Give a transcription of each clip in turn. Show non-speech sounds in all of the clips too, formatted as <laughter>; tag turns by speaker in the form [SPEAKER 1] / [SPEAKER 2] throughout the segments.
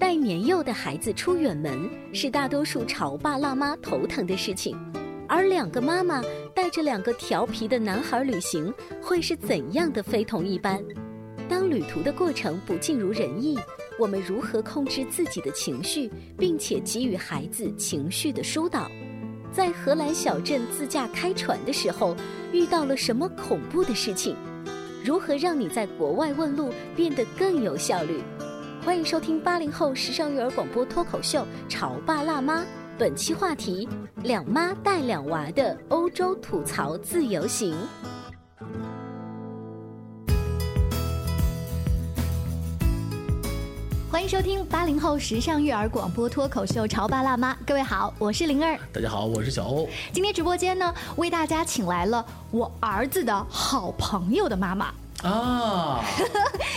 [SPEAKER 1] 带年幼的孩子出远门是大多数潮爸辣妈头疼的事情，而两个妈妈带着两个调皮的男孩旅行，会是怎样的非同一般？当旅途的过程不尽如人意，我们如何控制自己的情绪，并且给予孩子情绪的疏导？在荷兰小镇自驾开船的时候，遇到了什么恐怖的事情？如何让你在国外问路变得更有效率？欢迎收听八零后时尚育儿广播脱口秀《潮爸辣妈》，本期话题：两妈带两娃的欧洲吐槽自由行。
[SPEAKER 2] 欢迎收听八零后时尚育儿广播脱口秀《潮爸辣妈》，各位好，我是灵儿。
[SPEAKER 3] 大家好，我是小欧。
[SPEAKER 2] 今天直播间呢，为大家请来了我儿子的好朋友的妈妈。
[SPEAKER 3] 啊，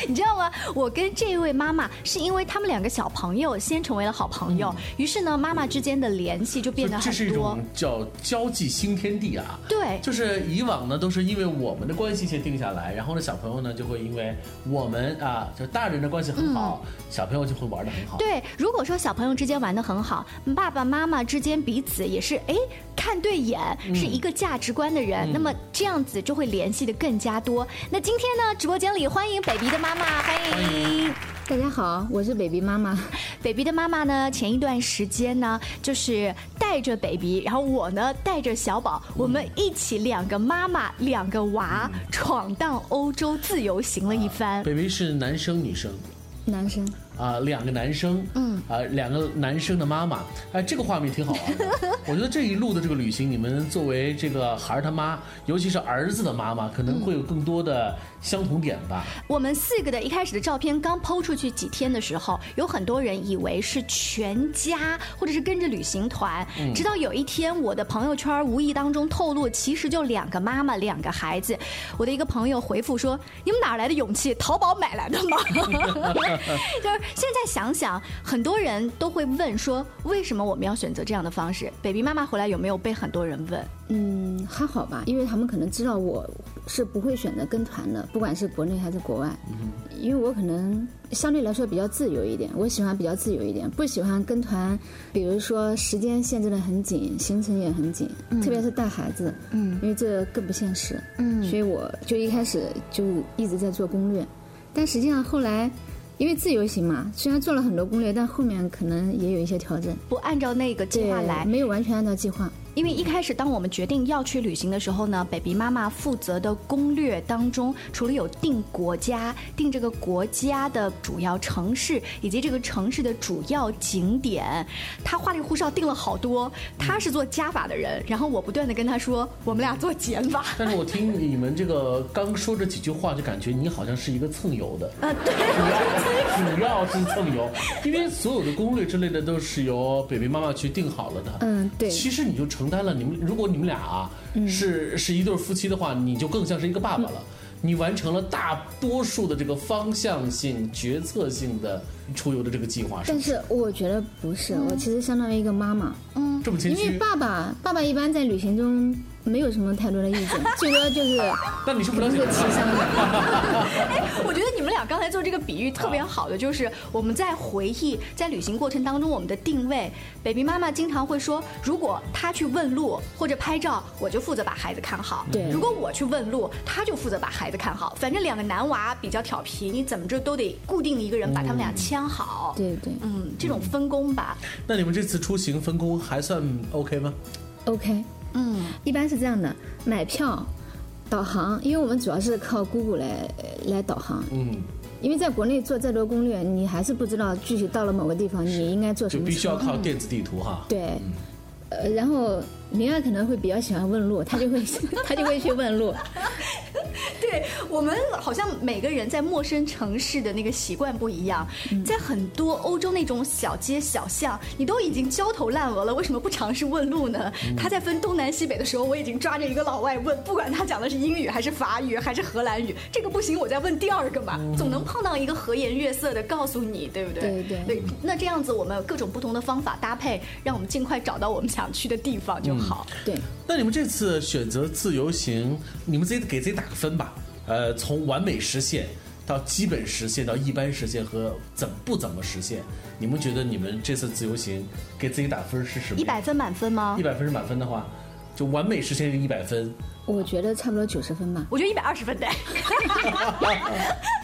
[SPEAKER 2] 你知道吗？我跟这位妈妈是因为他们两个小朋友先成为了好朋友，于是呢，妈妈之间的联系就变得
[SPEAKER 3] 这是
[SPEAKER 2] 很
[SPEAKER 3] 一
[SPEAKER 2] 多
[SPEAKER 3] 种。叫交际新天地啊。
[SPEAKER 2] 对
[SPEAKER 3] 就是以往呢，都是因为我们的关系先定下来，然后呢，小朋友呢就会因为我们啊，就大人的关系很好，小朋友就会玩的很好。
[SPEAKER 2] 嗯对，如果说小朋友之间玩的很好，爸爸妈妈之间彼此也是哎看对眼，是一个价值观的人，那么这样子就会联系的更加多。那今天呢，直播间里欢迎 baby 的妈妈，欢迎。
[SPEAKER 4] 大家好，我是 baby
[SPEAKER 2] <laughs>
[SPEAKER 4] 妈妈。
[SPEAKER 2] baby 的妈妈呢，前一段时间呢，就是带着 baby，然后我呢带着小宝，我们一起两个妈妈两个娃、闯荡欧洲自由行了一番。
[SPEAKER 3] baby 是男生女生
[SPEAKER 4] 嗯男生，
[SPEAKER 3] 啊，两个男生，嗯，啊，两个男生的妈妈，哎，这个画面挺好玩的。
[SPEAKER 2] <laughs>
[SPEAKER 3] 我觉得这一路的这个旅行，你们作为这个孩儿他妈，尤其是儿子的妈妈，可能会有更多的相同点吧。
[SPEAKER 2] 我们四个的一开始的照片刚抛出去几天的时候，有很多人以为是全家或者是跟着旅行团，直到有一天我的朋友圈无意当中透露，其实就两个妈妈两个孩子。我的一个朋友回复说：“你们哪来的勇气？淘宝买来的吗？” <laughs> 就是现在想想，很多人都会问说，为什么我们要选择这样的方式？baby 妈妈回来有没有被很多人问？
[SPEAKER 4] 嗯，还好吧，因为他们可能知道我是不会选择跟团的，不管是国内还是国外，因为我可能相对来说比较自由一点，我喜欢比较自由一点，不喜欢跟团，比如说时间限制的很紧，行程也很紧，特别是带孩子，嗯，因为这更不现实，嗯，所以我就一开始就一直在做攻略，但实际上后来。因为自由行嘛，虽然做了很多攻略，但后面可能也有一些调整。
[SPEAKER 2] 不按照那个计
[SPEAKER 4] 对
[SPEAKER 2] 划，来，
[SPEAKER 4] 没有完全按照计划。
[SPEAKER 2] 因为一开始当我们决定要去旅行的时候呢，baby 妈妈负责的攻略当中，除了有定国家、定这个国家的主要城市以及这个城市的主要景点，她花里胡哨定了好多。她是做加法的人，然后我不断的跟她说，我们俩做减法。
[SPEAKER 3] 但是我听你们这个刚说这几句话，就感觉你好像是一个蹭油的， <laughs>
[SPEAKER 2] <laughs> 呃，对，
[SPEAKER 3] 主要是蹭
[SPEAKER 4] <laughs>
[SPEAKER 3] 油，因为所有的攻略之类的都是由北北妈妈去定好了的。
[SPEAKER 4] 嗯对
[SPEAKER 3] 其实你就承担了你们，如果你们俩啊
[SPEAKER 4] 嗯
[SPEAKER 3] 是是一对夫妻的话，你就更像是一个爸爸了。你完成了大多数的这个方向性、决策性的出游的这个计划，是
[SPEAKER 4] 但
[SPEAKER 3] 不是？
[SPEAKER 4] 是我觉得不是，我其实相当于一个妈妈，
[SPEAKER 3] 这么谦
[SPEAKER 4] 因为
[SPEAKER 3] 虚，
[SPEAKER 4] 爸爸爸爸一般在旅行中没有什么太多的意见，最多就是
[SPEAKER 3] 但你是不了
[SPEAKER 4] 工
[SPEAKER 3] 解
[SPEAKER 4] 作
[SPEAKER 3] 的
[SPEAKER 4] 智商的。
[SPEAKER 2] <laughs> 我觉得你们俩刚才做这个比喻特别好的，就是我们在回忆在旅行过程当中我们的定位。baby 妈妈经常会说，如果她去问路或者拍照，我就负责把孩子看好；
[SPEAKER 4] 对
[SPEAKER 2] 如果我去问路，她就负责把孩子看好。反正两个男娃比较调皮，你怎么着都得固定一个人把他们俩牵好。
[SPEAKER 4] 嗯对对
[SPEAKER 2] 嗯，这种分工吧，
[SPEAKER 3] <laughs> 那你们这次出行分工还算 OK 吗？
[SPEAKER 4] ，OK，
[SPEAKER 2] 嗯，
[SPEAKER 4] 一般是这样的，买票、导航，因为我们主要是靠 Google 来来导航，
[SPEAKER 3] 嗯，
[SPEAKER 4] 因为在国内做再多攻略，你还是不知道具体到了某个地方你应该做什
[SPEAKER 3] 就
[SPEAKER 4] 么
[SPEAKER 3] 必须
[SPEAKER 4] 情
[SPEAKER 3] 要
[SPEAKER 4] 况。
[SPEAKER 3] 靠电子地图哈。
[SPEAKER 4] 对，呃，然后灵儿可能会比较喜欢问路，她就会 <laughs> 她就会去问路。
[SPEAKER 2] 对 <laughs> 我们好像每个人在陌生城市的那个习惯不一样，在很多欧洲那种小街小巷，你都已经焦头烂额了，为什么不尝试问路呢？他在分东南西北的时候，我已经抓着一个老外问，不管他讲的是英语还是法语还是荷兰语，这个不行，我再问第二个吧，总能碰到一个和颜悦色的告诉你，对不对？
[SPEAKER 4] 对对
[SPEAKER 2] 对，那这样子我们有各种不同的方法搭配，让我们尽快找到我们想去的地方就好。
[SPEAKER 4] 对，
[SPEAKER 3] 那你们这次选择自由行，你们自己给自己打个分吧。呃，从完美实现到基本实现，到一般实现和怎不怎么实现，你们觉得你们这次自由行给自己打分是什么？
[SPEAKER 2] 一百分满分吗
[SPEAKER 3] 一？百分是满分的话，就完美实现是一百分。
[SPEAKER 4] 我觉得差不多九十分吧。
[SPEAKER 2] 我觉得一百二十分得。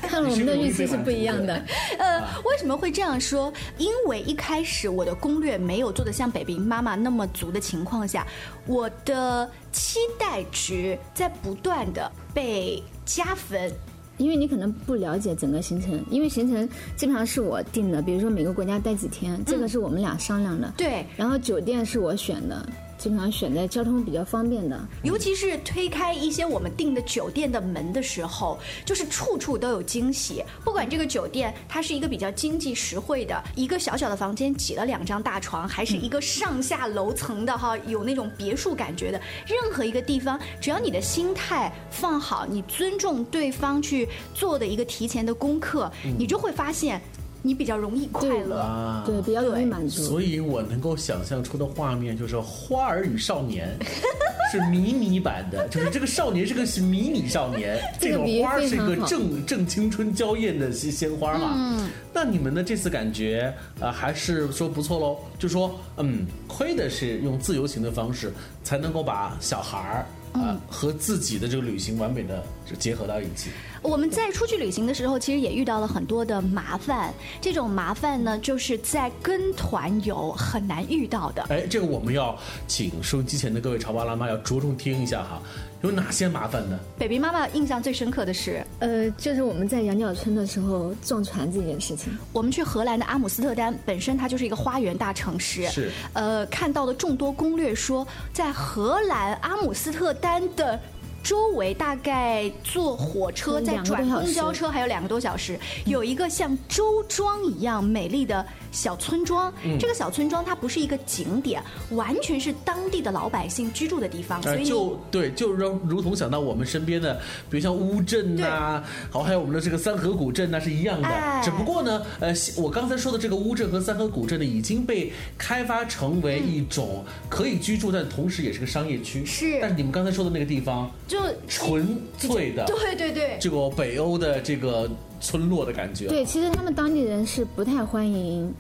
[SPEAKER 4] 看了我们的预期是不一样的。
[SPEAKER 2] 呃，为什么会这样说？因为一开始我的攻略没有做的像 baby 妈妈那么足的情况下，我的期待值在不断的被加分。
[SPEAKER 4] 因为你可能不了解整个行程，因为行程基本上是我定的，比如说每个国家待几天，这个是我们俩商量的。
[SPEAKER 2] 对，
[SPEAKER 4] 然后酒店是我选的，基本上选在交通比较方便的。
[SPEAKER 2] 尤其是推开一些我们订的酒店的门的时候，就是处处都有惊喜。不管这个酒店它是一个比较经济实惠的，一个小小的房间挤了两张大床，还是一个上下楼层的哈，有那种别墅感觉的，任何一个地方，只要你的心态放好，你尊重对方去做的一个提前的功课，你就会发现你比较容易快
[SPEAKER 4] 对
[SPEAKER 2] 乐。
[SPEAKER 3] 啊
[SPEAKER 4] 对，比较容易
[SPEAKER 2] 对
[SPEAKER 4] 满足。
[SPEAKER 3] 所以我能够想象出的画面就是《花儿与少年》， <laughs> 是迷你版的，就是这个少年是个迷你少
[SPEAKER 4] <laughs>
[SPEAKER 3] 年，这
[SPEAKER 4] 这个
[SPEAKER 3] 种
[SPEAKER 4] 比喻
[SPEAKER 3] 花儿
[SPEAKER 4] 非
[SPEAKER 3] 是一个
[SPEAKER 4] 常好嗯
[SPEAKER 3] 正正青春娇艳的鲜鲜花嘛。那你们的这次感觉啊、呃还是说不错喽，就说嗯，亏的是用自由行的方式才能够把小孩儿。啊、
[SPEAKER 4] 嗯
[SPEAKER 3] 和自己的这个旅行完美的结合到一起。
[SPEAKER 2] 我们在出去旅行的时候，其实也遇到了很多的麻烦。这种麻烦呢，就是在跟团游很难遇到的。
[SPEAKER 3] 哎，这个我们要请收音机前的各位潮爸辣妈要着重听一下哈，有哪些麻烦呢？
[SPEAKER 2] baby 妈妈印象最深刻的是，
[SPEAKER 4] 呃，就是我们在羊角村的时候撞船这件事情，
[SPEAKER 2] 我们去荷兰的阿姆斯特丹，本身它就是一个花园大城市。
[SPEAKER 3] 是
[SPEAKER 2] 呃，看到的众多攻略说，在荷兰阿姆斯特丹的。周围大概坐火车
[SPEAKER 4] 嗯
[SPEAKER 2] 再
[SPEAKER 4] 两个多
[SPEAKER 2] 转
[SPEAKER 4] 小
[SPEAKER 2] 公交
[SPEAKER 4] 时
[SPEAKER 2] 车还有两个多小时，有一个像周庄一样美丽的小村庄。
[SPEAKER 3] 嗯
[SPEAKER 2] 这个小村庄它不是一个景点，完全是当地的老百姓居住的地方，所
[SPEAKER 3] 呃，
[SPEAKER 2] 以
[SPEAKER 3] 就对，就让如同想到我们身边的，比如像乌镇呐、好，还有我们的这个三河古镇呐、是一样的。
[SPEAKER 2] 哎
[SPEAKER 3] 只不过呢，呃，西我刚才说的这个乌镇和三河古镇呢，已经被开发成为
[SPEAKER 2] 嗯
[SPEAKER 3] 一种可以居住，但同时也是个商业区。
[SPEAKER 2] 是
[SPEAKER 3] 但是你们刚才说的那个地方，
[SPEAKER 2] 就
[SPEAKER 3] 纯粹的
[SPEAKER 2] 对对对，
[SPEAKER 3] 这个北欧的这个村落的感觉。
[SPEAKER 4] 对，其实他们当地人是不太欢迎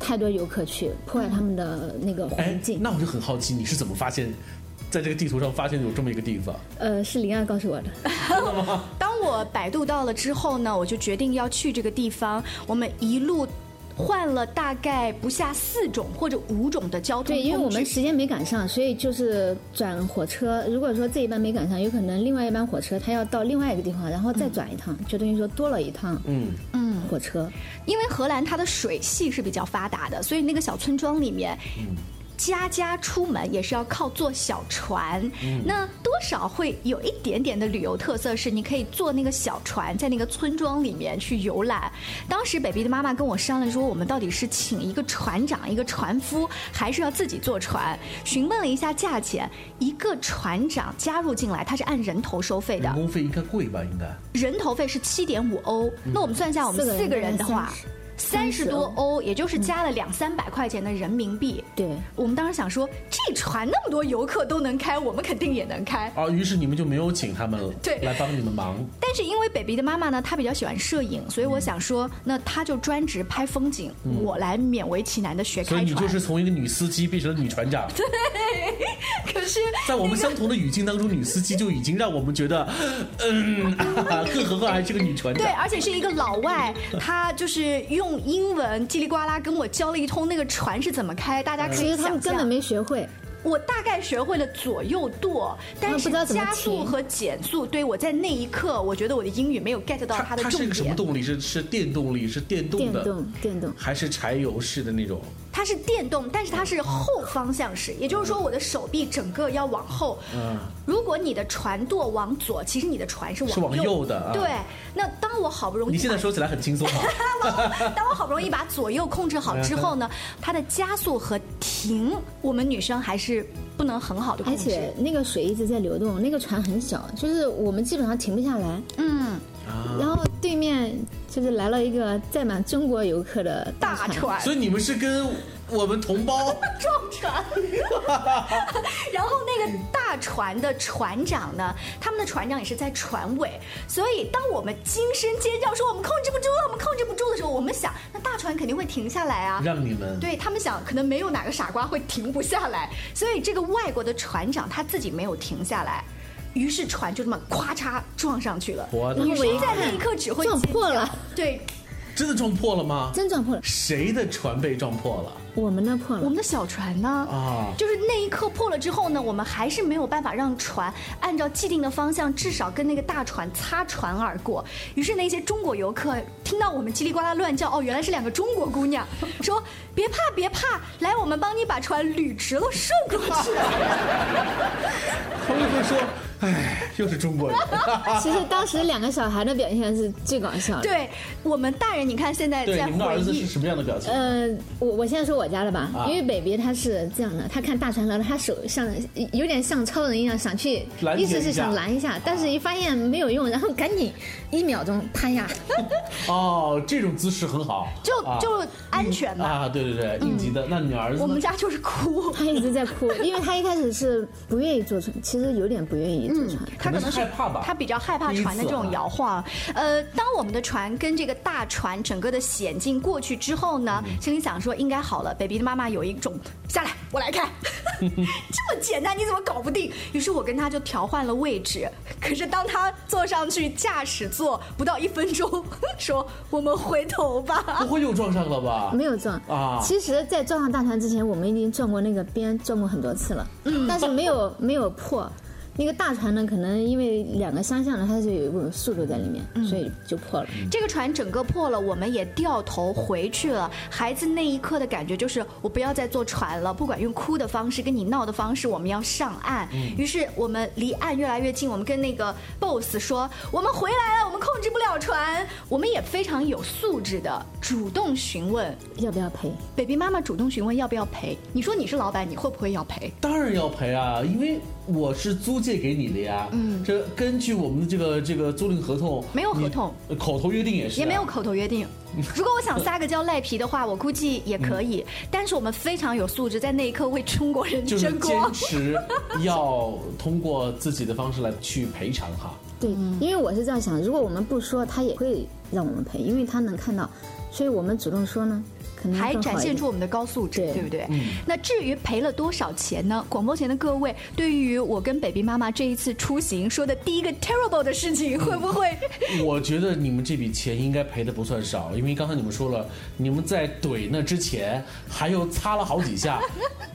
[SPEAKER 4] 太多游客去破坏他们的那个
[SPEAKER 3] 哎
[SPEAKER 4] 环境。，
[SPEAKER 3] 那我就很好奇，你是怎么发现，在这个地图上发现有这么一个地方？
[SPEAKER 4] 呃，是灵儿告诉我的。
[SPEAKER 2] 当我百度到了之后呢，我就决定要去这个地方。我们一路换了大概不下四种或者五种的交通
[SPEAKER 4] 对，因为
[SPEAKER 2] 工
[SPEAKER 4] 我
[SPEAKER 2] 具
[SPEAKER 4] 们时间没赶上，所以就是转火车。如果说这一班没赶上，有可能另外一班火车它要到另外一个地方，然后
[SPEAKER 2] 嗯
[SPEAKER 4] 再转一趟，就等于说多了一趟
[SPEAKER 3] 嗯，
[SPEAKER 4] 火车。
[SPEAKER 2] 因为荷兰它的水系是比较发达的，所以那个小村庄里面。家家出门也是要靠坐小船，那多少会有一点点的旅游特色，是你可以坐那个小船在那个村庄里面去游览。当时 baby 的妈妈跟我商量说，我们到底是请一个船长、一个船夫，还是要自己坐船？询问了一下价钱，一个船长加入进来，他是按人头收费的
[SPEAKER 3] 人，工费应该贵吧？应该。
[SPEAKER 2] 人头费是七点五欧，那我们算一下，我们
[SPEAKER 4] 嗯四个人
[SPEAKER 2] 四个人的
[SPEAKER 4] 大概
[SPEAKER 2] 话，三十多
[SPEAKER 4] 30
[SPEAKER 2] 欧，也就是加了两三百块钱的人民币。
[SPEAKER 4] 嗯对，
[SPEAKER 2] 我们当时想说，这船那么多游客都能开，我们肯定也能开。
[SPEAKER 3] 啊，于是你们就没有请他们了，
[SPEAKER 2] 对
[SPEAKER 3] 来帮你们忙。
[SPEAKER 2] 但是因为 baby 的妈妈呢，她比较喜欢摄影，所以
[SPEAKER 4] 嗯
[SPEAKER 2] 我想说，那她就专职拍风景，我来勉为其难的学
[SPEAKER 3] 所以
[SPEAKER 2] 开
[SPEAKER 3] 你
[SPEAKER 2] 船。
[SPEAKER 3] 就是从一个女司机变成了女船
[SPEAKER 2] <laughs>
[SPEAKER 3] 长，
[SPEAKER 2] 可是
[SPEAKER 3] 在我们相同的语境当中，女司机就已经让我们觉得，嗯，啊、更何况还是个女船
[SPEAKER 2] 对，
[SPEAKER 3] 长。
[SPEAKER 2] 而且是一个老外，他就是用英文叽里呱啦跟我教了一通那个船是怎么开，大家可
[SPEAKER 4] 嗯其
[SPEAKER 2] 以
[SPEAKER 4] 实他
[SPEAKER 2] 想
[SPEAKER 4] 们根本
[SPEAKER 2] 象。
[SPEAKER 4] 没学会，
[SPEAKER 2] 我大概学会了左右舵，但
[SPEAKER 4] 不
[SPEAKER 2] 是
[SPEAKER 4] 知道怎么
[SPEAKER 2] 加速
[SPEAKER 4] 停
[SPEAKER 2] 和减速，对我在那一刻，我觉得我的英语没有 get 到它
[SPEAKER 3] 它
[SPEAKER 2] 的
[SPEAKER 3] 它是
[SPEAKER 2] 重
[SPEAKER 3] 一个什么
[SPEAKER 2] 点。
[SPEAKER 3] 动力？是是电动力？是电动
[SPEAKER 4] 电
[SPEAKER 3] 的？
[SPEAKER 4] 动电动，
[SPEAKER 3] 还是柴油式的那种？
[SPEAKER 2] 它是电动，但是它是后方向式，也就是说我的手臂整个要往后。
[SPEAKER 3] 嗯，
[SPEAKER 2] 如果你的船舵往左，其实你的船是
[SPEAKER 3] 是
[SPEAKER 2] 往
[SPEAKER 3] 往右的啊
[SPEAKER 2] 对，那当我好不容易
[SPEAKER 3] 你现在说起来很轻松啊。
[SPEAKER 2] 当我好不容易把左右控制好之后呢，它的加速和停，我们女生还是不能很好的控
[SPEAKER 4] 而
[SPEAKER 2] 制。
[SPEAKER 4] 且那个水一直在流动，那个船很小，就是我们基本上停不下来。
[SPEAKER 2] 嗯，
[SPEAKER 4] 然后对面就是来了一个载满中国游客的
[SPEAKER 2] 大
[SPEAKER 4] 船，
[SPEAKER 2] 船
[SPEAKER 3] 所以你们是跟我们同
[SPEAKER 2] <laughs>
[SPEAKER 3] 胞，
[SPEAKER 2] 撞船，然后那个大船的船长呢，他们的船长也是在船尾，所以当我们惊声尖叫说我们控制不住，我们控制不住的时候，我们想那大船肯定会停下来啊。
[SPEAKER 3] 让你们
[SPEAKER 2] 对他们想，可能没有哪个傻瓜会停不下来，所以这个外国的船长他自己没有停下来，于是船就这么咔嚓撞上去了。
[SPEAKER 3] 我的
[SPEAKER 2] 女
[SPEAKER 3] 妈
[SPEAKER 2] 生在那一刻只会
[SPEAKER 4] 撞
[SPEAKER 2] 尖
[SPEAKER 4] 破
[SPEAKER 2] 叫
[SPEAKER 4] 了，
[SPEAKER 2] 对，
[SPEAKER 3] 真的撞破了吗？
[SPEAKER 4] 真撞破了，
[SPEAKER 3] 谁的船被撞破了
[SPEAKER 4] 我们那破
[SPEAKER 2] 我
[SPEAKER 4] 了
[SPEAKER 2] 们。的小船呢？
[SPEAKER 3] 啊？
[SPEAKER 2] 就是那一刻破了之后呢，我们还是没有办法让船按照既定的方向，至少跟那个大船擦船而过。于是那些中国游客听到我们叽里呱啦乱叫，哦，原来是两个中国姑娘，说别怕别怕，来我们帮你把船捋直了顺过
[SPEAKER 3] <laughs>
[SPEAKER 2] 去。
[SPEAKER 3] 他们会说，哎，又是中国
[SPEAKER 2] <laughs>
[SPEAKER 3] 人。
[SPEAKER 4] 其实当时两个小孩的表现是最搞笑的。
[SPEAKER 2] 对我们大人，你看现在
[SPEAKER 3] 对，
[SPEAKER 2] 在
[SPEAKER 3] 你们的
[SPEAKER 2] 回
[SPEAKER 3] 儿子是
[SPEAKER 2] 忆，
[SPEAKER 3] 什么样的表情？
[SPEAKER 4] 呃，我我现在说我家的吧，
[SPEAKER 3] 啊
[SPEAKER 4] 因为 baby 他是这样的，他看大船来了，他手像有点像超人一样想去
[SPEAKER 3] 拦，截
[SPEAKER 4] 意
[SPEAKER 3] 一下啊
[SPEAKER 4] 思是想拦一下，但是一发现没有用，然后赶紧一秒钟趴下，
[SPEAKER 3] 哦，这种姿势很好，
[SPEAKER 2] 就
[SPEAKER 3] 啊
[SPEAKER 2] 就安全嘛。
[SPEAKER 3] 啊，对对对，应急的。那你儿子
[SPEAKER 2] 我
[SPEAKER 3] 呢
[SPEAKER 2] 们？家就是哭，
[SPEAKER 4] 他一直
[SPEAKER 3] <laughs>
[SPEAKER 4] 在哭，因为他一开始是不愿意坐船，其实有点不愿意坐船。
[SPEAKER 2] 他可能是
[SPEAKER 3] 害怕吧
[SPEAKER 2] 他比较害怕
[SPEAKER 3] 第一
[SPEAKER 2] 船的
[SPEAKER 3] 次
[SPEAKER 2] 这
[SPEAKER 3] 啊
[SPEAKER 2] 种摇晃。呃，当我们的船跟这个大船整个的险境过去之后呢，
[SPEAKER 3] 嗯
[SPEAKER 2] 心里想说应该好了。baby 的妈妈有一种下来，我来
[SPEAKER 3] <laughs>
[SPEAKER 2] 看，这么简单你怎么搞不定？于是我跟他就调换了位置。可是当他坐上去驾驶座不到一分钟，说我们回头吧。
[SPEAKER 3] 不会又撞上了吧？
[SPEAKER 4] 没有撞
[SPEAKER 3] 啊
[SPEAKER 4] 其实，在撞上大船之前，我们已经撞过那个边，撞过很多次了，
[SPEAKER 3] 嗯
[SPEAKER 4] 但是没有 <laughs> 没有破。那个大船呢，可能因为两个相向的，它是有一股速度在里面，
[SPEAKER 3] 嗯
[SPEAKER 4] 所以就破了。
[SPEAKER 2] 这个船整个破了，我们也掉头回去了。孩子那一刻的感觉就是，我不要再坐船了，不管用哭的方式跟你闹的方式，我们要上岸。
[SPEAKER 3] 嗯
[SPEAKER 2] 于是我们离岸越来越近，我们跟那个 boss 说，我们回来了，我们控制不了船。我们也非常有素质的主动询问
[SPEAKER 4] 要不要赔？
[SPEAKER 2] ，baby 妈妈主动询问要不要赔。你说你是老板，你会不会要赔？
[SPEAKER 3] 当然要赔啊，因为我是租借给你的呀。嗯，这根据我们的这个这个租赁合同，
[SPEAKER 2] 没有合同
[SPEAKER 3] 你，呃口头约定也是啊，
[SPEAKER 2] 也没有口头约定。如果我想撒个娇赖皮的话，我估计也可以。但是我们非常有素质，在那一刻为中国人
[SPEAKER 3] 就是
[SPEAKER 2] 争光
[SPEAKER 3] 坚。持要通过自己的方式来去赔偿哈。
[SPEAKER 4] 对，因为我是这样想，如果我们不说，他也会让我们赔，因为他能看到，所以我们主动说呢，可能
[SPEAKER 2] 还
[SPEAKER 4] 嗯更好
[SPEAKER 2] 展
[SPEAKER 4] 一
[SPEAKER 2] 现
[SPEAKER 4] 点
[SPEAKER 2] 出我们的高素质，
[SPEAKER 4] 对
[SPEAKER 2] 对不对？那至于赔了多少钱呢？广播前的各位，对于我跟 baby 妈妈这一次出行说的第一个 terrible 的事情，会不
[SPEAKER 4] <laughs>
[SPEAKER 2] 会？
[SPEAKER 3] 我觉得你们这笔钱应该赔的不算少，因为刚才你们说了，你们在怼那之前还又擦了好几下，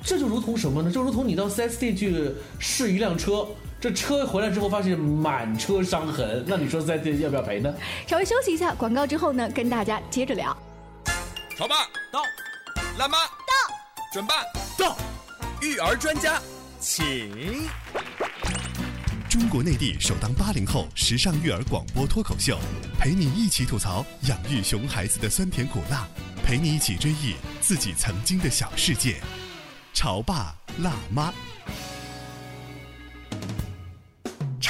[SPEAKER 3] 这就如同什么呢？就如同你到 4S 店去试一辆车，这车回来之后发现满车伤痕，那你说 4S 店要不要赔呢？
[SPEAKER 2] 稍微休息一下，广告之后呢，跟大家接着聊。
[SPEAKER 5] 潮爸到，辣妈到，准爸到，育儿专家，请。
[SPEAKER 6] 中国内地首档八零后时尚育儿广播脱口秀，陪你一起吐槽养育熊孩子的酸甜苦辣，陪你一起追忆自己曾经的小世界。潮爸辣妈。
[SPEAKER 1] 《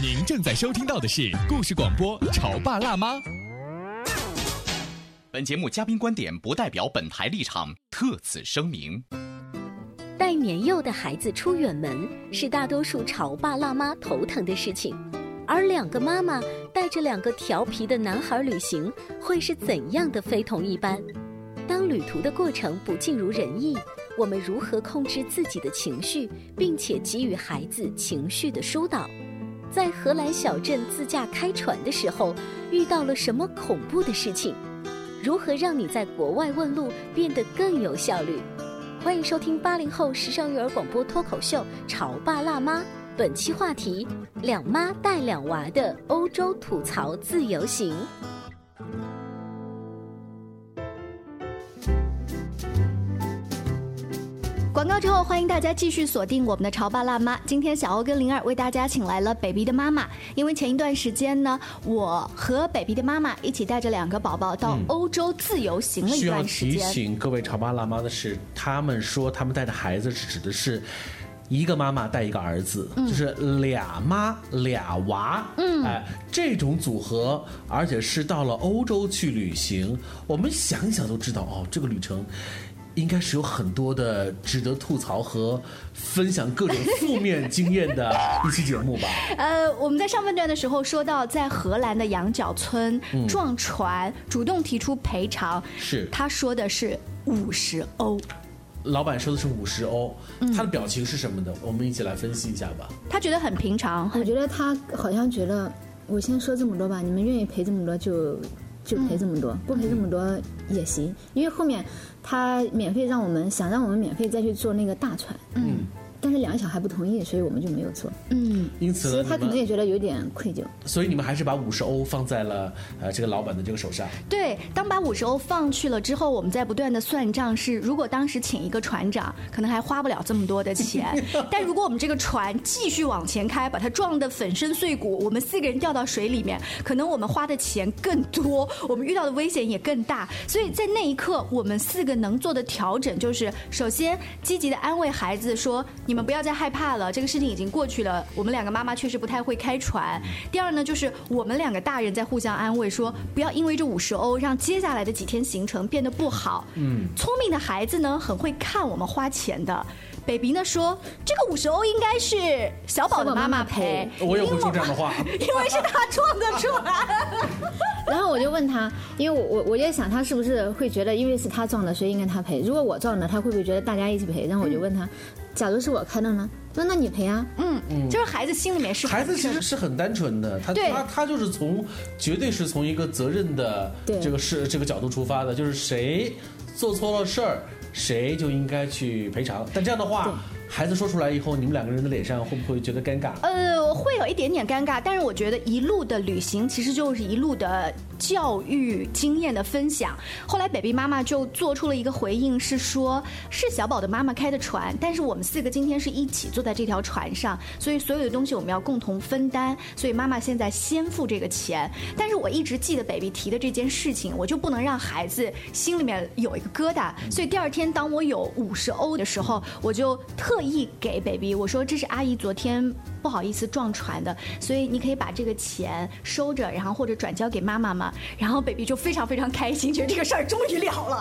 [SPEAKER 7] 您正在收听到的是故事广播《潮爸辣妈》。
[SPEAKER 8] 本节目嘉宾观点不代表本台立场，特此声明。
[SPEAKER 1] 带年幼的孩子出远门是大多数潮爸辣妈头疼的事情，而两个妈妈带着两个调皮的男孩旅行，会是怎样的非同一般？当旅途的过程不尽如人意，我们如何控制自己的情绪，并且给予孩子情绪的疏导？在荷兰小镇自驾开船的时候，遇到了什么恐怖的事情？如何让你在国外问路变得更有效率？欢迎收听八零后时尚育儿广播脱口秀《潮爸辣妈》，本期话题：两妈带两娃的欧洲吐槽自由行。
[SPEAKER 2] 广告之后，欢迎大家继续锁定我们的潮爸辣妈。今天小欧跟灵儿为大家请来了 baby 的妈妈，因为前一段时间呢，我和 baby 的妈妈一起带着两个宝宝到
[SPEAKER 3] 嗯
[SPEAKER 2] 欧洲自由行了一
[SPEAKER 3] 需要
[SPEAKER 2] 段时
[SPEAKER 3] 提
[SPEAKER 2] 间。
[SPEAKER 3] 醒各位潮爸辣妈的是，他们说他们带的孩子是指的是。一个妈妈带一个儿子，
[SPEAKER 2] 嗯
[SPEAKER 3] 就是俩妈俩娃，
[SPEAKER 2] 嗯
[SPEAKER 3] 哎，这种组合，而且是到了欧洲去旅行，我们想一想都知道哦，这个旅程应该是有很多的值得吐槽和分享各种
[SPEAKER 2] <laughs>
[SPEAKER 3] 负面经验的一期节目吧。
[SPEAKER 2] 呃，我们在上半段的时候说到，在荷兰的羊角村、
[SPEAKER 3] 嗯
[SPEAKER 2] 撞船，主动提出赔偿，
[SPEAKER 3] 是
[SPEAKER 2] 他说的是五十欧。
[SPEAKER 3] 老板说的是五十欧，
[SPEAKER 2] 嗯
[SPEAKER 3] 他的表情是什么呢？我们一起来分析一下吧。
[SPEAKER 2] 他觉得很平常，
[SPEAKER 4] 我觉得他好像觉得，我先说这么多吧，你们愿意赔这么多就就赔这么多，不赔这么多也行，因为后面他免费让我们想让我们免费再去坐那个大船，
[SPEAKER 3] 嗯，
[SPEAKER 4] 但是两个小孩不同意，所以我们就没有坐。
[SPEAKER 2] 嗯，
[SPEAKER 3] 因
[SPEAKER 4] 其
[SPEAKER 3] 此
[SPEAKER 4] 实
[SPEAKER 3] 呢，
[SPEAKER 4] 他可
[SPEAKER 3] 你
[SPEAKER 4] 能
[SPEAKER 3] 们
[SPEAKER 4] 也觉得有点愧疚。
[SPEAKER 3] 所以你们还是把五十欧放在了呃这个老板的这个手上。
[SPEAKER 2] 对，当把五十欧放去了之后，我们再不断的算账是，如果当时请一个船长，可能还花不了这么多的钱，但如果我们这个船继续往前开，把它撞得粉身碎骨，我们四个人掉到水里面，可能我们花的钱更多，我们遇到的危险也更大。所以在那一刻，我们四个能做的调整就是，首先积极的安慰孩子说，你们不要再害怕了，这个事情已经过去了。我们两个妈妈确实不太会开船。
[SPEAKER 3] 嗯
[SPEAKER 2] 第二呢，就是我们两个大人在互相安慰说，不要因为这五十欧让接下来的几天行程变得不好。
[SPEAKER 3] 嗯，
[SPEAKER 2] 聪明的孩子呢，很会看我们花钱的。baby 呢说，这个五十欧应该是小宝的妈妈赔，
[SPEAKER 3] 哦我也会说这样的话。
[SPEAKER 2] <laughs> 因为是他撞的船。
[SPEAKER 4] 然后我就问他，因为我我我也想他是不是会觉得，因为是他撞的，所以应该他赔。如果我撞的，他会不会觉得大家一起赔？然后我就问他，假如是我开的呢？那那你赔啊？
[SPEAKER 2] 嗯，就是孩子心里面是
[SPEAKER 3] 孩子其实是很单纯的，他
[SPEAKER 2] 对
[SPEAKER 3] 他他就是从绝对是从一个责任的
[SPEAKER 4] 对
[SPEAKER 3] 这个是这个角度出发的，就是谁做错了事儿，谁就应该去赔偿。但这样的话，孩子说出来以后，你们两个人的脸上会不会觉得尴尬？
[SPEAKER 2] 呃，会有一点点尴尬，但是我觉得一路的旅行其实就是一路的教育经验的分享。后来 baby 妈妈就做出了一个回应，是说是小宝的妈妈开的船，但是我们四个今天是一起坐在这条船上，所以所有的东西我们要共同分担，所以妈妈现在先付这个钱。但是我一直记得 baby 提的这件事情，我就不能让孩子心里面有一个疙瘩，所以第二天当我有五十欧的时候，我就特意给 baby 我说这是阿姨昨天不好意思撞船的，所以你可以把这个钱收着，然后或者转交给妈妈嘛。然后 baby 就非常非常开心，觉得这个事儿终于了了。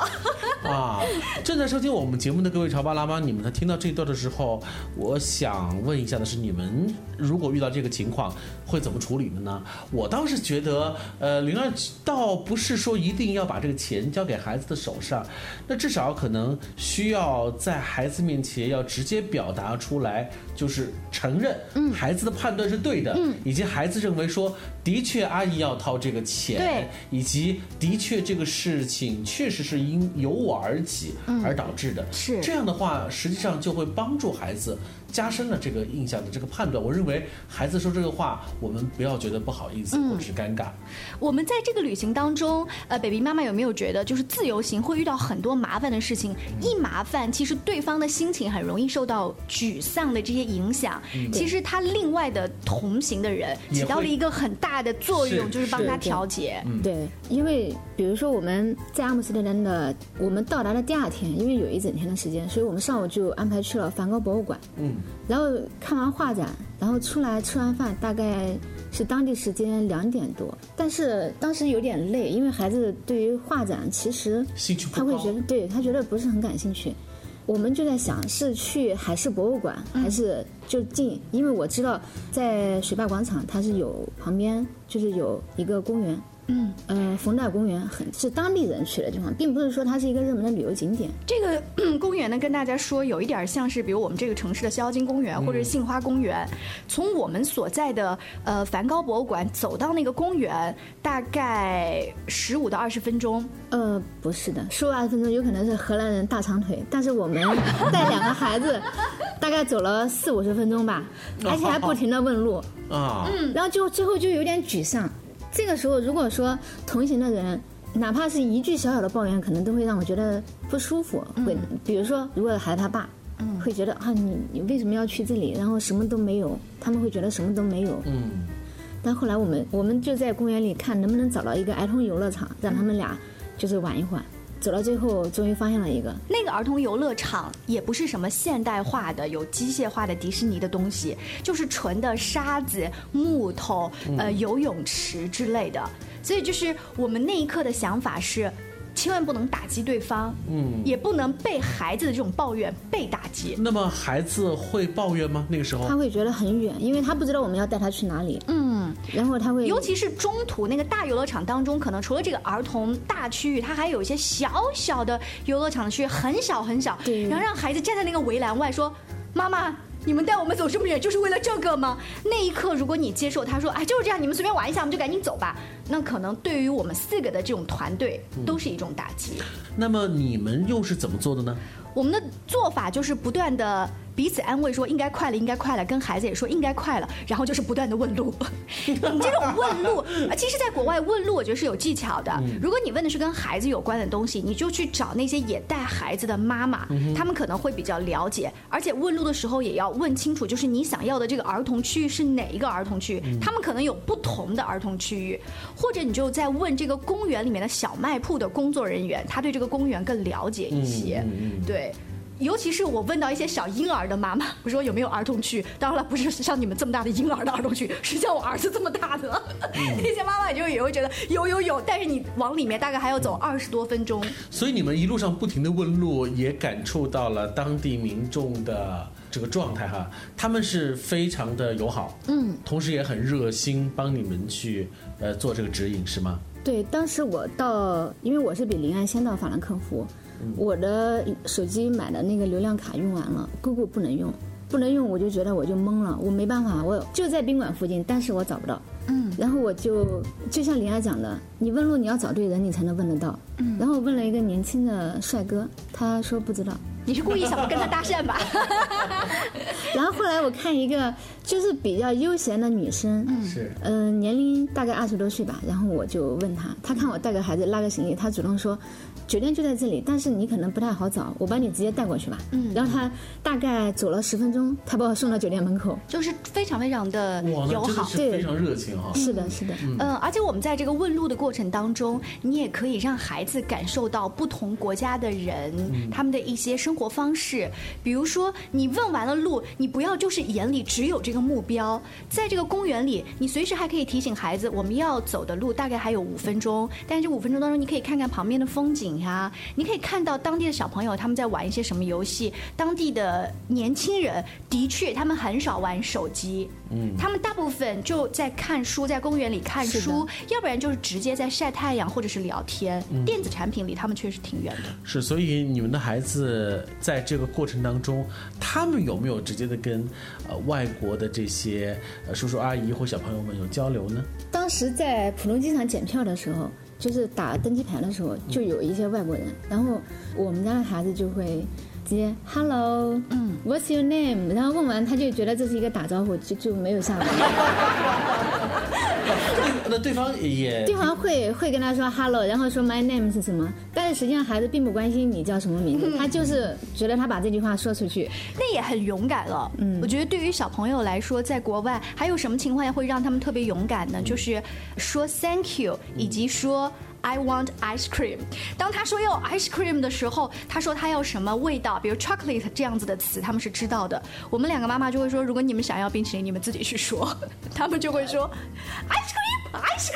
[SPEAKER 3] <laughs> 啊，正在收听我们节目的各位潮爸辣妈，你们在听到这一段的时候，我想问一下的是，你们如果遇到这个情况，会怎么处理的呢？我倒是觉得，呃，灵儿倒不是说一定要把这个钱交给孩子的手上，那至少可能需要在孩子面前要直接表达出来，就是承认
[SPEAKER 4] 嗯
[SPEAKER 3] 孩子的判断是对的，以及孩子认为说，的确阿姨要掏这个钱，
[SPEAKER 2] 对
[SPEAKER 3] 以及的确这个事情确实是
[SPEAKER 4] 嗯
[SPEAKER 3] 因由我而起而导致的。
[SPEAKER 2] 是
[SPEAKER 3] 这样的话，实际上就会帮助孩子加深了这个印象的这个判断。我认为孩子说这个话，我们不要觉得不好意思
[SPEAKER 2] 嗯
[SPEAKER 3] 或者是尴尬。
[SPEAKER 2] 我们在这个旅行当中，呃，baby 妈妈有没有觉得，就是自由行会遇到很多麻烦的事情？一麻烦，其实对方的心情很容易受到沮丧的这些影响。
[SPEAKER 3] 嗯
[SPEAKER 2] 其实他另外的同行的人
[SPEAKER 4] 也会
[SPEAKER 2] 起到了一个很大的作用，就是帮他调节。
[SPEAKER 4] 对，因为比如说我们在阿姆斯特丹的，我们到达的第二天，因为有一整天的时间，所以我们上午就安排去了梵高博物馆。
[SPEAKER 3] 嗯，
[SPEAKER 4] 然后看完画展，然后出来吃完饭，大概是当地时间两点多。但是当时有点累，因为孩子对于画展其实
[SPEAKER 3] 兴趣
[SPEAKER 4] 他会觉得，对他觉得不是很感兴趣。我们就在想是去海事博物馆，还是就近？因为我知道在水坝广场它是有旁边就是有一个公园，
[SPEAKER 2] 嗯，
[SPEAKER 4] 呃，冯代公园很是当地人去的地方，并不是说它是一个热门的旅游景点。
[SPEAKER 2] 这个嗯公园呢，跟大家说有一点像是，比如我们这个城市的逍遥津公园啊
[SPEAKER 4] 嗯
[SPEAKER 2] 或者是杏花公园。从我们所在的呃梵高博物馆走到那个公园，大概十五到二十分钟。
[SPEAKER 4] 呃，不是的，十五二十分钟有可能是荷兰人大长腿，但是我们带两个孩子， <laughs> 大概走了四五十分钟吧，而且还不停的问路。
[SPEAKER 3] 啊，
[SPEAKER 4] 嗯，然后就最后就有点沮丧。这个时候，如果说同行的人，哪怕是一句小小的抱怨，可能都会让我觉得不舒服。
[SPEAKER 2] 嗯
[SPEAKER 4] 会，比如说，如果孩子他爸，会觉得啊，你你为什么要去这里？然后什么都没有，他们会觉得什么都没有。
[SPEAKER 3] 嗯，
[SPEAKER 4] 但后来我们我们就在公园里看能不能找到一个儿童游乐场，让他们俩就是玩一会儿。走到最后，终于发现了一个，
[SPEAKER 2] 那个儿童游乐场也不是什么现代化的、有机械化的迪士尼的东西，就是纯的沙子、木头、呃
[SPEAKER 4] 嗯
[SPEAKER 2] 游泳池之类的。所以就是我们那一刻的想法是，千万不能打击对方，
[SPEAKER 3] 嗯
[SPEAKER 2] 也不能被孩子的这种抱怨被打击。
[SPEAKER 3] 那么孩子会抱怨吗？那个时候
[SPEAKER 4] 他会觉得很远，因为他不知道我们要带他去哪里。
[SPEAKER 2] 嗯，
[SPEAKER 4] 然后他会，
[SPEAKER 2] 尤其是中途那个大游乐场当中，可能除了这个儿童大区域，它还有一些小小的游乐场区，很小很小，然后让孩子站在那个围栏外说：“妈妈。”你们带我们走这么远，就是为了这个吗？那一刻，如果你接受他说，哎，就是这样，你们随便玩一下，我们就赶紧走吧。那可能对于我们四个的这种团队，
[SPEAKER 3] 嗯
[SPEAKER 2] 都是一种打击。
[SPEAKER 3] 那么你们又是怎么做的呢？
[SPEAKER 2] 我们的做法就是不断的彼此安慰，说应该快了，应该快了，跟孩子也说应该快了，然后就是不断的
[SPEAKER 9] <laughs>
[SPEAKER 2] 问路。你这种问路，呃其实，在国外问路，我觉得是有技巧的
[SPEAKER 9] 嗯。
[SPEAKER 2] 如果你问的是跟孩子有关的东西，你就去找那些也带孩子的妈妈
[SPEAKER 9] 嗯，哼
[SPEAKER 2] 他们可能会比较了解。而且问路的时候也要问清楚，就是你想要的这个儿童区域是哪一个儿童区域
[SPEAKER 9] 嗯，
[SPEAKER 2] 他们可能有不同的儿童区域，或者你就在问这个公园里面的小卖铺的工作人员，他对这个公园更了解一
[SPEAKER 9] 嗯
[SPEAKER 2] 些。对。尤其是我问到一些小婴儿的妈妈，我说有没有儿童区？当然了，不是像你们这么大的婴儿的儿童区，是像我儿子这么大的。
[SPEAKER 3] 嗯
[SPEAKER 2] <laughs> 那些妈妈就也会觉得有有有，但是你往里面大概还要走二十多分钟。
[SPEAKER 3] 所以你们一路上不停的问路，也感触到了当地民众的这个状态哈，他们是非常的友好，
[SPEAKER 4] 嗯，
[SPEAKER 3] 同时也很热心帮你们去呃做这个指引是吗？
[SPEAKER 4] 对，当时我到，因为我是比林安先到法兰克福，我的手机买的那个流量卡用完了，Google 不能用，不能用，我就觉得我就懵了，我没办法，我就在宾馆附近，但是我找不到。
[SPEAKER 2] 嗯，
[SPEAKER 4] 然后我就就像林安讲的，你问路你要找对人，你才能问得到。嗯，然后我问了一个年轻的帅哥，他说不知道。
[SPEAKER 2] 你是故意想跟他搭讪吧？ <laughs>
[SPEAKER 4] 然后后来我看一个就是比较悠闲的女生，嗯
[SPEAKER 3] 是
[SPEAKER 4] 嗯、年龄大概二十多岁吧。然后我就问她，她看我带个孩子拉个行李，她主动说酒店就在这里，但是你可能不太好找，我把你直接带过去吧。
[SPEAKER 2] 嗯
[SPEAKER 4] 然后她大概走了十分钟，她把我送到酒店门口，
[SPEAKER 2] 就是非常非常的
[SPEAKER 3] 哇，那
[SPEAKER 2] 友
[SPEAKER 3] 真的
[SPEAKER 2] 好，
[SPEAKER 3] 是非常热情哈、
[SPEAKER 4] 是的，是的。
[SPEAKER 3] 嗯
[SPEAKER 2] 嗯，而且我们在这个问路的过程当中，你也可以让孩子感受到不同国家的人、
[SPEAKER 9] 嗯
[SPEAKER 2] 他们的一些生活方式。比如说，你问完了路，你不要就是眼里只有这个目标。在这个公园里，你随时还可以提醒孩子，我们要走的路大概还有五分钟。但是这五分钟当中，你可以看看旁边的风景呀、你可以看到当地的小朋友他们在玩一些什么游戏。当地的年轻人的确，他们很少玩手机。
[SPEAKER 9] 嗯
[SPEAKER 2] 他们大部分就在看书，在公园里看书，要不然就是直接在晒太阳或者是聊天。
[SPEAKER 3] 嗯
[SPEAKER 2] 电子产品离他们确实挺远的。
[SPEAKER 3] 是，所以你们的孩子呃，在这个过程当中，他们有没有直接的跟呃外国的这些呃叔叔阿姨或小朋友们有交流呢？
[SPEAKER 4] 当时在浦东机场检票的时候，就是打登机牌的时候，就有一些外国人，然后我们家的孩子就会。直接 Hello，嗯，What's your name？然后问完他就觉得这是一个打招呼，就就没有下文。
[SPEAKER 3] 那那对方也
[SPEAKER 4] 对方会会跟他说 hello，然后说 my name 是什么，但是实际上孩子并不关心你叫什么名字，他就是觉得他把这句话说出去，。
[SPEAKER 2] 那也很勇敢了。嗯，我觉得对于小朋友来说，在国外还有什么情况下会让他们特别勇敢呢？就是说 thank you，以及说。I want ice cream。当他说要 ice cream 的时候，他说他要什么味道，比如 chocolate 这样子的词，他们是知道的。我们两个妈妈就会说，如果你们想要冰淇淋，你们自己去说。 <laughs> 他们就会说 ice cream, ice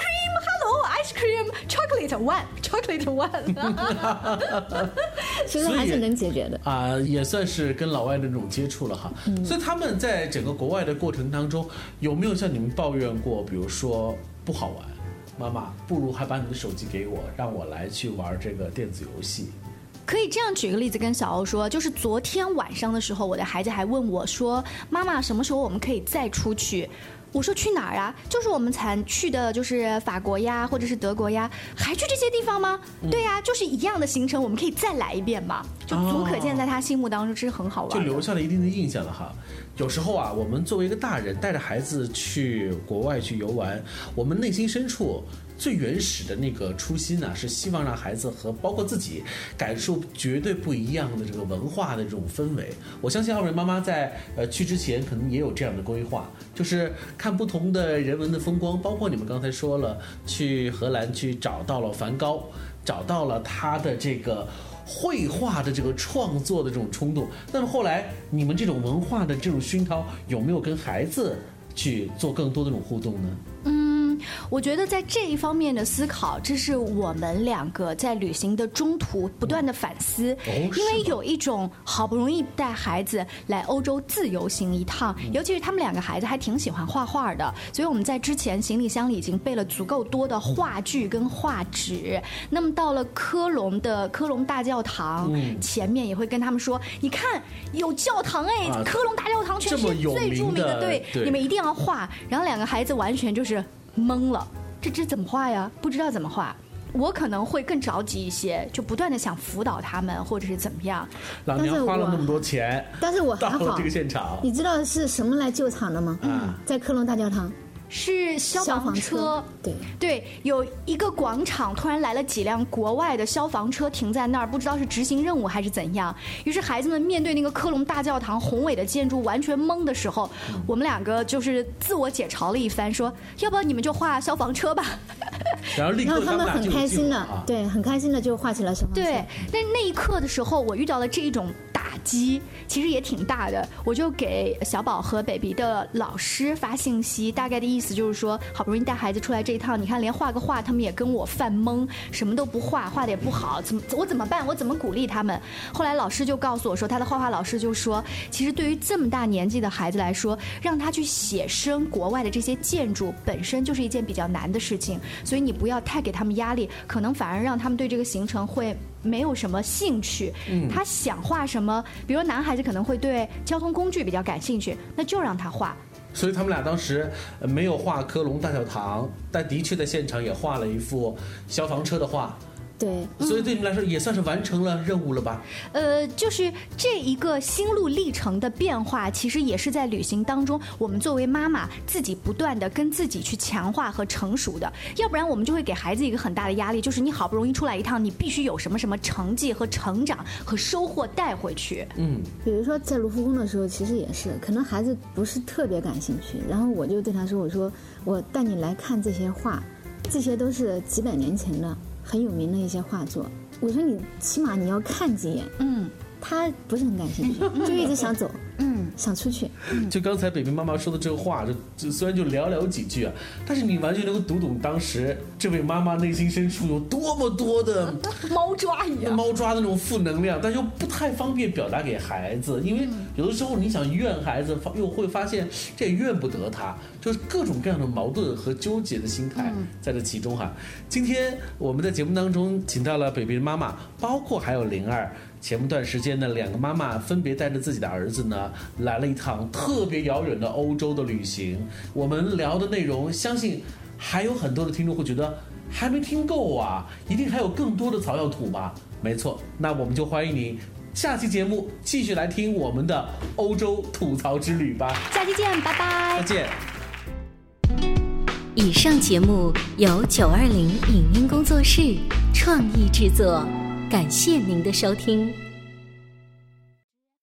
[SPEAKER 2] cream, hello, ice cream, chocolate one, chocolate one
[SPEAKER 4] 其实还是能解决的。
[SPEAKER 3] 啊、也算是跟老外的那种接触了哈。所以他们在整个国外的过程当中，有没有向你们抱怨过，比如说不好玩，妈妈，不如还把你的手机给我，让我来去玩这个电子游戏。
[SPEAKER 2] 可以这样举个例子跟小欧说，就是昨天晚上的时候，我的孩子还问我说：“妈妈，什么时候我们可以再出去？”我说去哪儿啊？就是我们才去的，就是法国呀，或者是德国呀，还去这些地方吗？
[SPEAKER 3] 嗯
[SPEAKER 2] 对呀、就是一样的行程，我们可以再来一遍嘛。就足可见，在他心目当中这是很好玩的。
[SPEAKER 3] 哦就留下了一定的印象了哈。有时候啊，我们作为一个大人带着孩子去国外去游玩，我们内心深处最原始的那个初心呢、是希望让孩子和包括自己感受绝对不一样的这个文化的这种氛围。我相信奥瑞妈妈在呃去之前可能也有这样的规划，就是看不同的人文的风光，包括你们刚才说了去荷兰去找到了梵高，找到了他的这个。绘画的这个创作的这种冲动。那么后来你们这种文化的这种熏陶，有没有跟孩子去做更多的这种互动呢？
[SPEAKER 2] 我觉得在这一方面的思考，这是我们两个在旅行的中途不断的反思，
[SPEAKER 3] 哦是吗
[SPEAKER 2] 因为有一种好不容易带孩子来欧洲自由行一趟，
[SPEAKER 3] 嗯
[SPEAKER 2] 尤其是他们两个孩子还挺喜欢画画的，所以我们在之前行李箱里已经备了足够多的画具跟画纸。那么到了科隆的科隆大教堂、
[SPEAKER 3] 嗯
[SPEAKER 2] 前面，也会跟他们说，你看有教堂哎，
[SPEAKER 3] 啊
[SPEAKER 2] 科隆大教堂全
[SPEAKER 3] 这
[SPEAKER 2] 世
[SPEAKER 3] 么
[SPEAKER 2] 界
[SPEAKER 3] 有
[SPEAKER 2] 最著
[SPEAKER 3] 名
[SPEAKER 2] 名的，
[SPEAKER 3] 的
[SPEAKER 2] 对，
[SPEAKER 3] 对
[SPEAKER 2] 你们一定要画。然后两个孩子完全就是懵了，这这怎么画呀？不知道怎么画。我可能会更着急一些，就不断的想辅导他们，或者是怎么样。
[SPEAKER 3] 老娘
[SPEAKER 4] 但是我
[SPEAKER 3] 花了那么多钱，
[SPEAKER 4] 但是我还
[SPEAKER 3] 到
[SPEAKER 4] 好
[SPEAKER 3] 了这个现场，
[SPEAKER 4] 你知道是什么来救场的吗？
[SPEAKER 3] 嗯
[SPEAKER 4] 在科隆大教堂，
[SPEAKER 2] 是消
[SPEAKER 4] 消
[SPEAKER 2] 防
[SPEAKER 4] 防
[SPEAKER 2] 车，
[SPEAKER 4] 对，
[SPEAKER 2] 对，有一个广场突然来了几辆国外的消防车停在那儿，不知道是执行任务还是怎样。于是孩子们面对那个科隆大教堂宏伟的建筑完全懵的时候，
[SPEAKER 3] 嗯
[SPEAKER 2] 我们两个就是自我解嘲了一番，说要不然你们就画消防车吧。
[SPEAKER 3] 然后立
[SPEAKER 4] 然
[SPEAKER 3] 刻
[SPEAKER 4] 后他们
[SPEAKER 3] 们俩
[SPEAKER 4] 很
[SPEAKER 3] 就有
[SPEAKER 4] 开
[SPEAKER 3] 进
[SPEAKER 4] 心
[SPEAKER 3] 步
[SPEAKER 4] 的，
[SPEAKER 3] 啊。
[SPEAKER 4] 对，很开心的就画起了小黄车。
[SPEAKER 2] 对，但是那一刻的时候，我遇到了这一种打击，其实也挺大的。我就给小宝和 baby 的老师发信息，大概的意思就是说，好不容易带孩子出来这一趟，你看连画个画，他们也跟我犯懵，什么都不画，画的也不好，怎么我怎么办？我怎么鼓励他们？后来老师就告诉我说，他的画画老师就说，其实对于这么大年纪的孩子来说，让他去写生国外的这些建筑本身就是一件比较难的事情，所以你不要太给他们压力，可能反而让他们对这个行程会没有什么兴趣。他想画什么，比如说男孩子可能会对交通工具比较感兴趣，那就让他画。
[SPEAKER 3] 所以他们俩当时呃没有画科隆大教堂，但的确在现场也画了一幅消防车的画。
[SPEAKER 4] 对，
[SPEAKER 3] 所以对你们来说也算是完成了任务了吧？
[SPEAKER 2] 呃，就是这一个心路历程的变化，其实也是在旅行当中，我们作为妈妈自己不断的跟自己去强化和成熟的，要不然我们就会给孩子一个很大的压力，就是你好不容易出来一趟，你必须有什么什么成绩和成长和收获带回去。
[SPEAKER 3] 嗯，
[SPEAKER 4] 比如说在卢浮宫的时候，其实也是，可能孩子不是特别感兴趣，然后我就对他说：“我说我带你来看这些画，这些都是几百年前的很有名的一些画作。我说你起码你要看几眼。”
[SPEAKER 2] 嗯，
[SPEAKER 4] 他不是很感兴趣，就一直想走，嗯，想出去。
[SPEAKER 3] 就刚才北冰妈妈说的这个话，就就虽然就寥寥几句啊，但是你完全能够读懂当时这位妈妈内心深处有多么多的
[SPEAKER 2] 猫抓
[SPEAKER 1] 嗯
[SPEAKER 2] 啊一样。
[SPEAKER 3] 猫抓的那种负能量，但又不太方便表达给孩子，因为有的时候你想怨孩子，发又会发现这也怨不得他，就是各种各样的矛盾和纠结的心态在这其中哈。今天我们在节目当中请到了北北妈妈，包括还有灵儿。前段时间呢，两个妈妈分别带着自己的儿子呢，来了一趟特别遥远的欧洲的旅行。我们聊的内容，相信还有很多的听众会觉得还没听够啊，一定还有更多的草药土吧？没错，那我们就欢迎您。下期节目继续来听我们的欧洲吐槽之旅吧，
[SPEAKER 2] 下期见，拜拜。
[SPEAKER 3] 再见。
[SPEAKER 1] 以上节目由九二零影音工作室创意制作，感谢您的收听。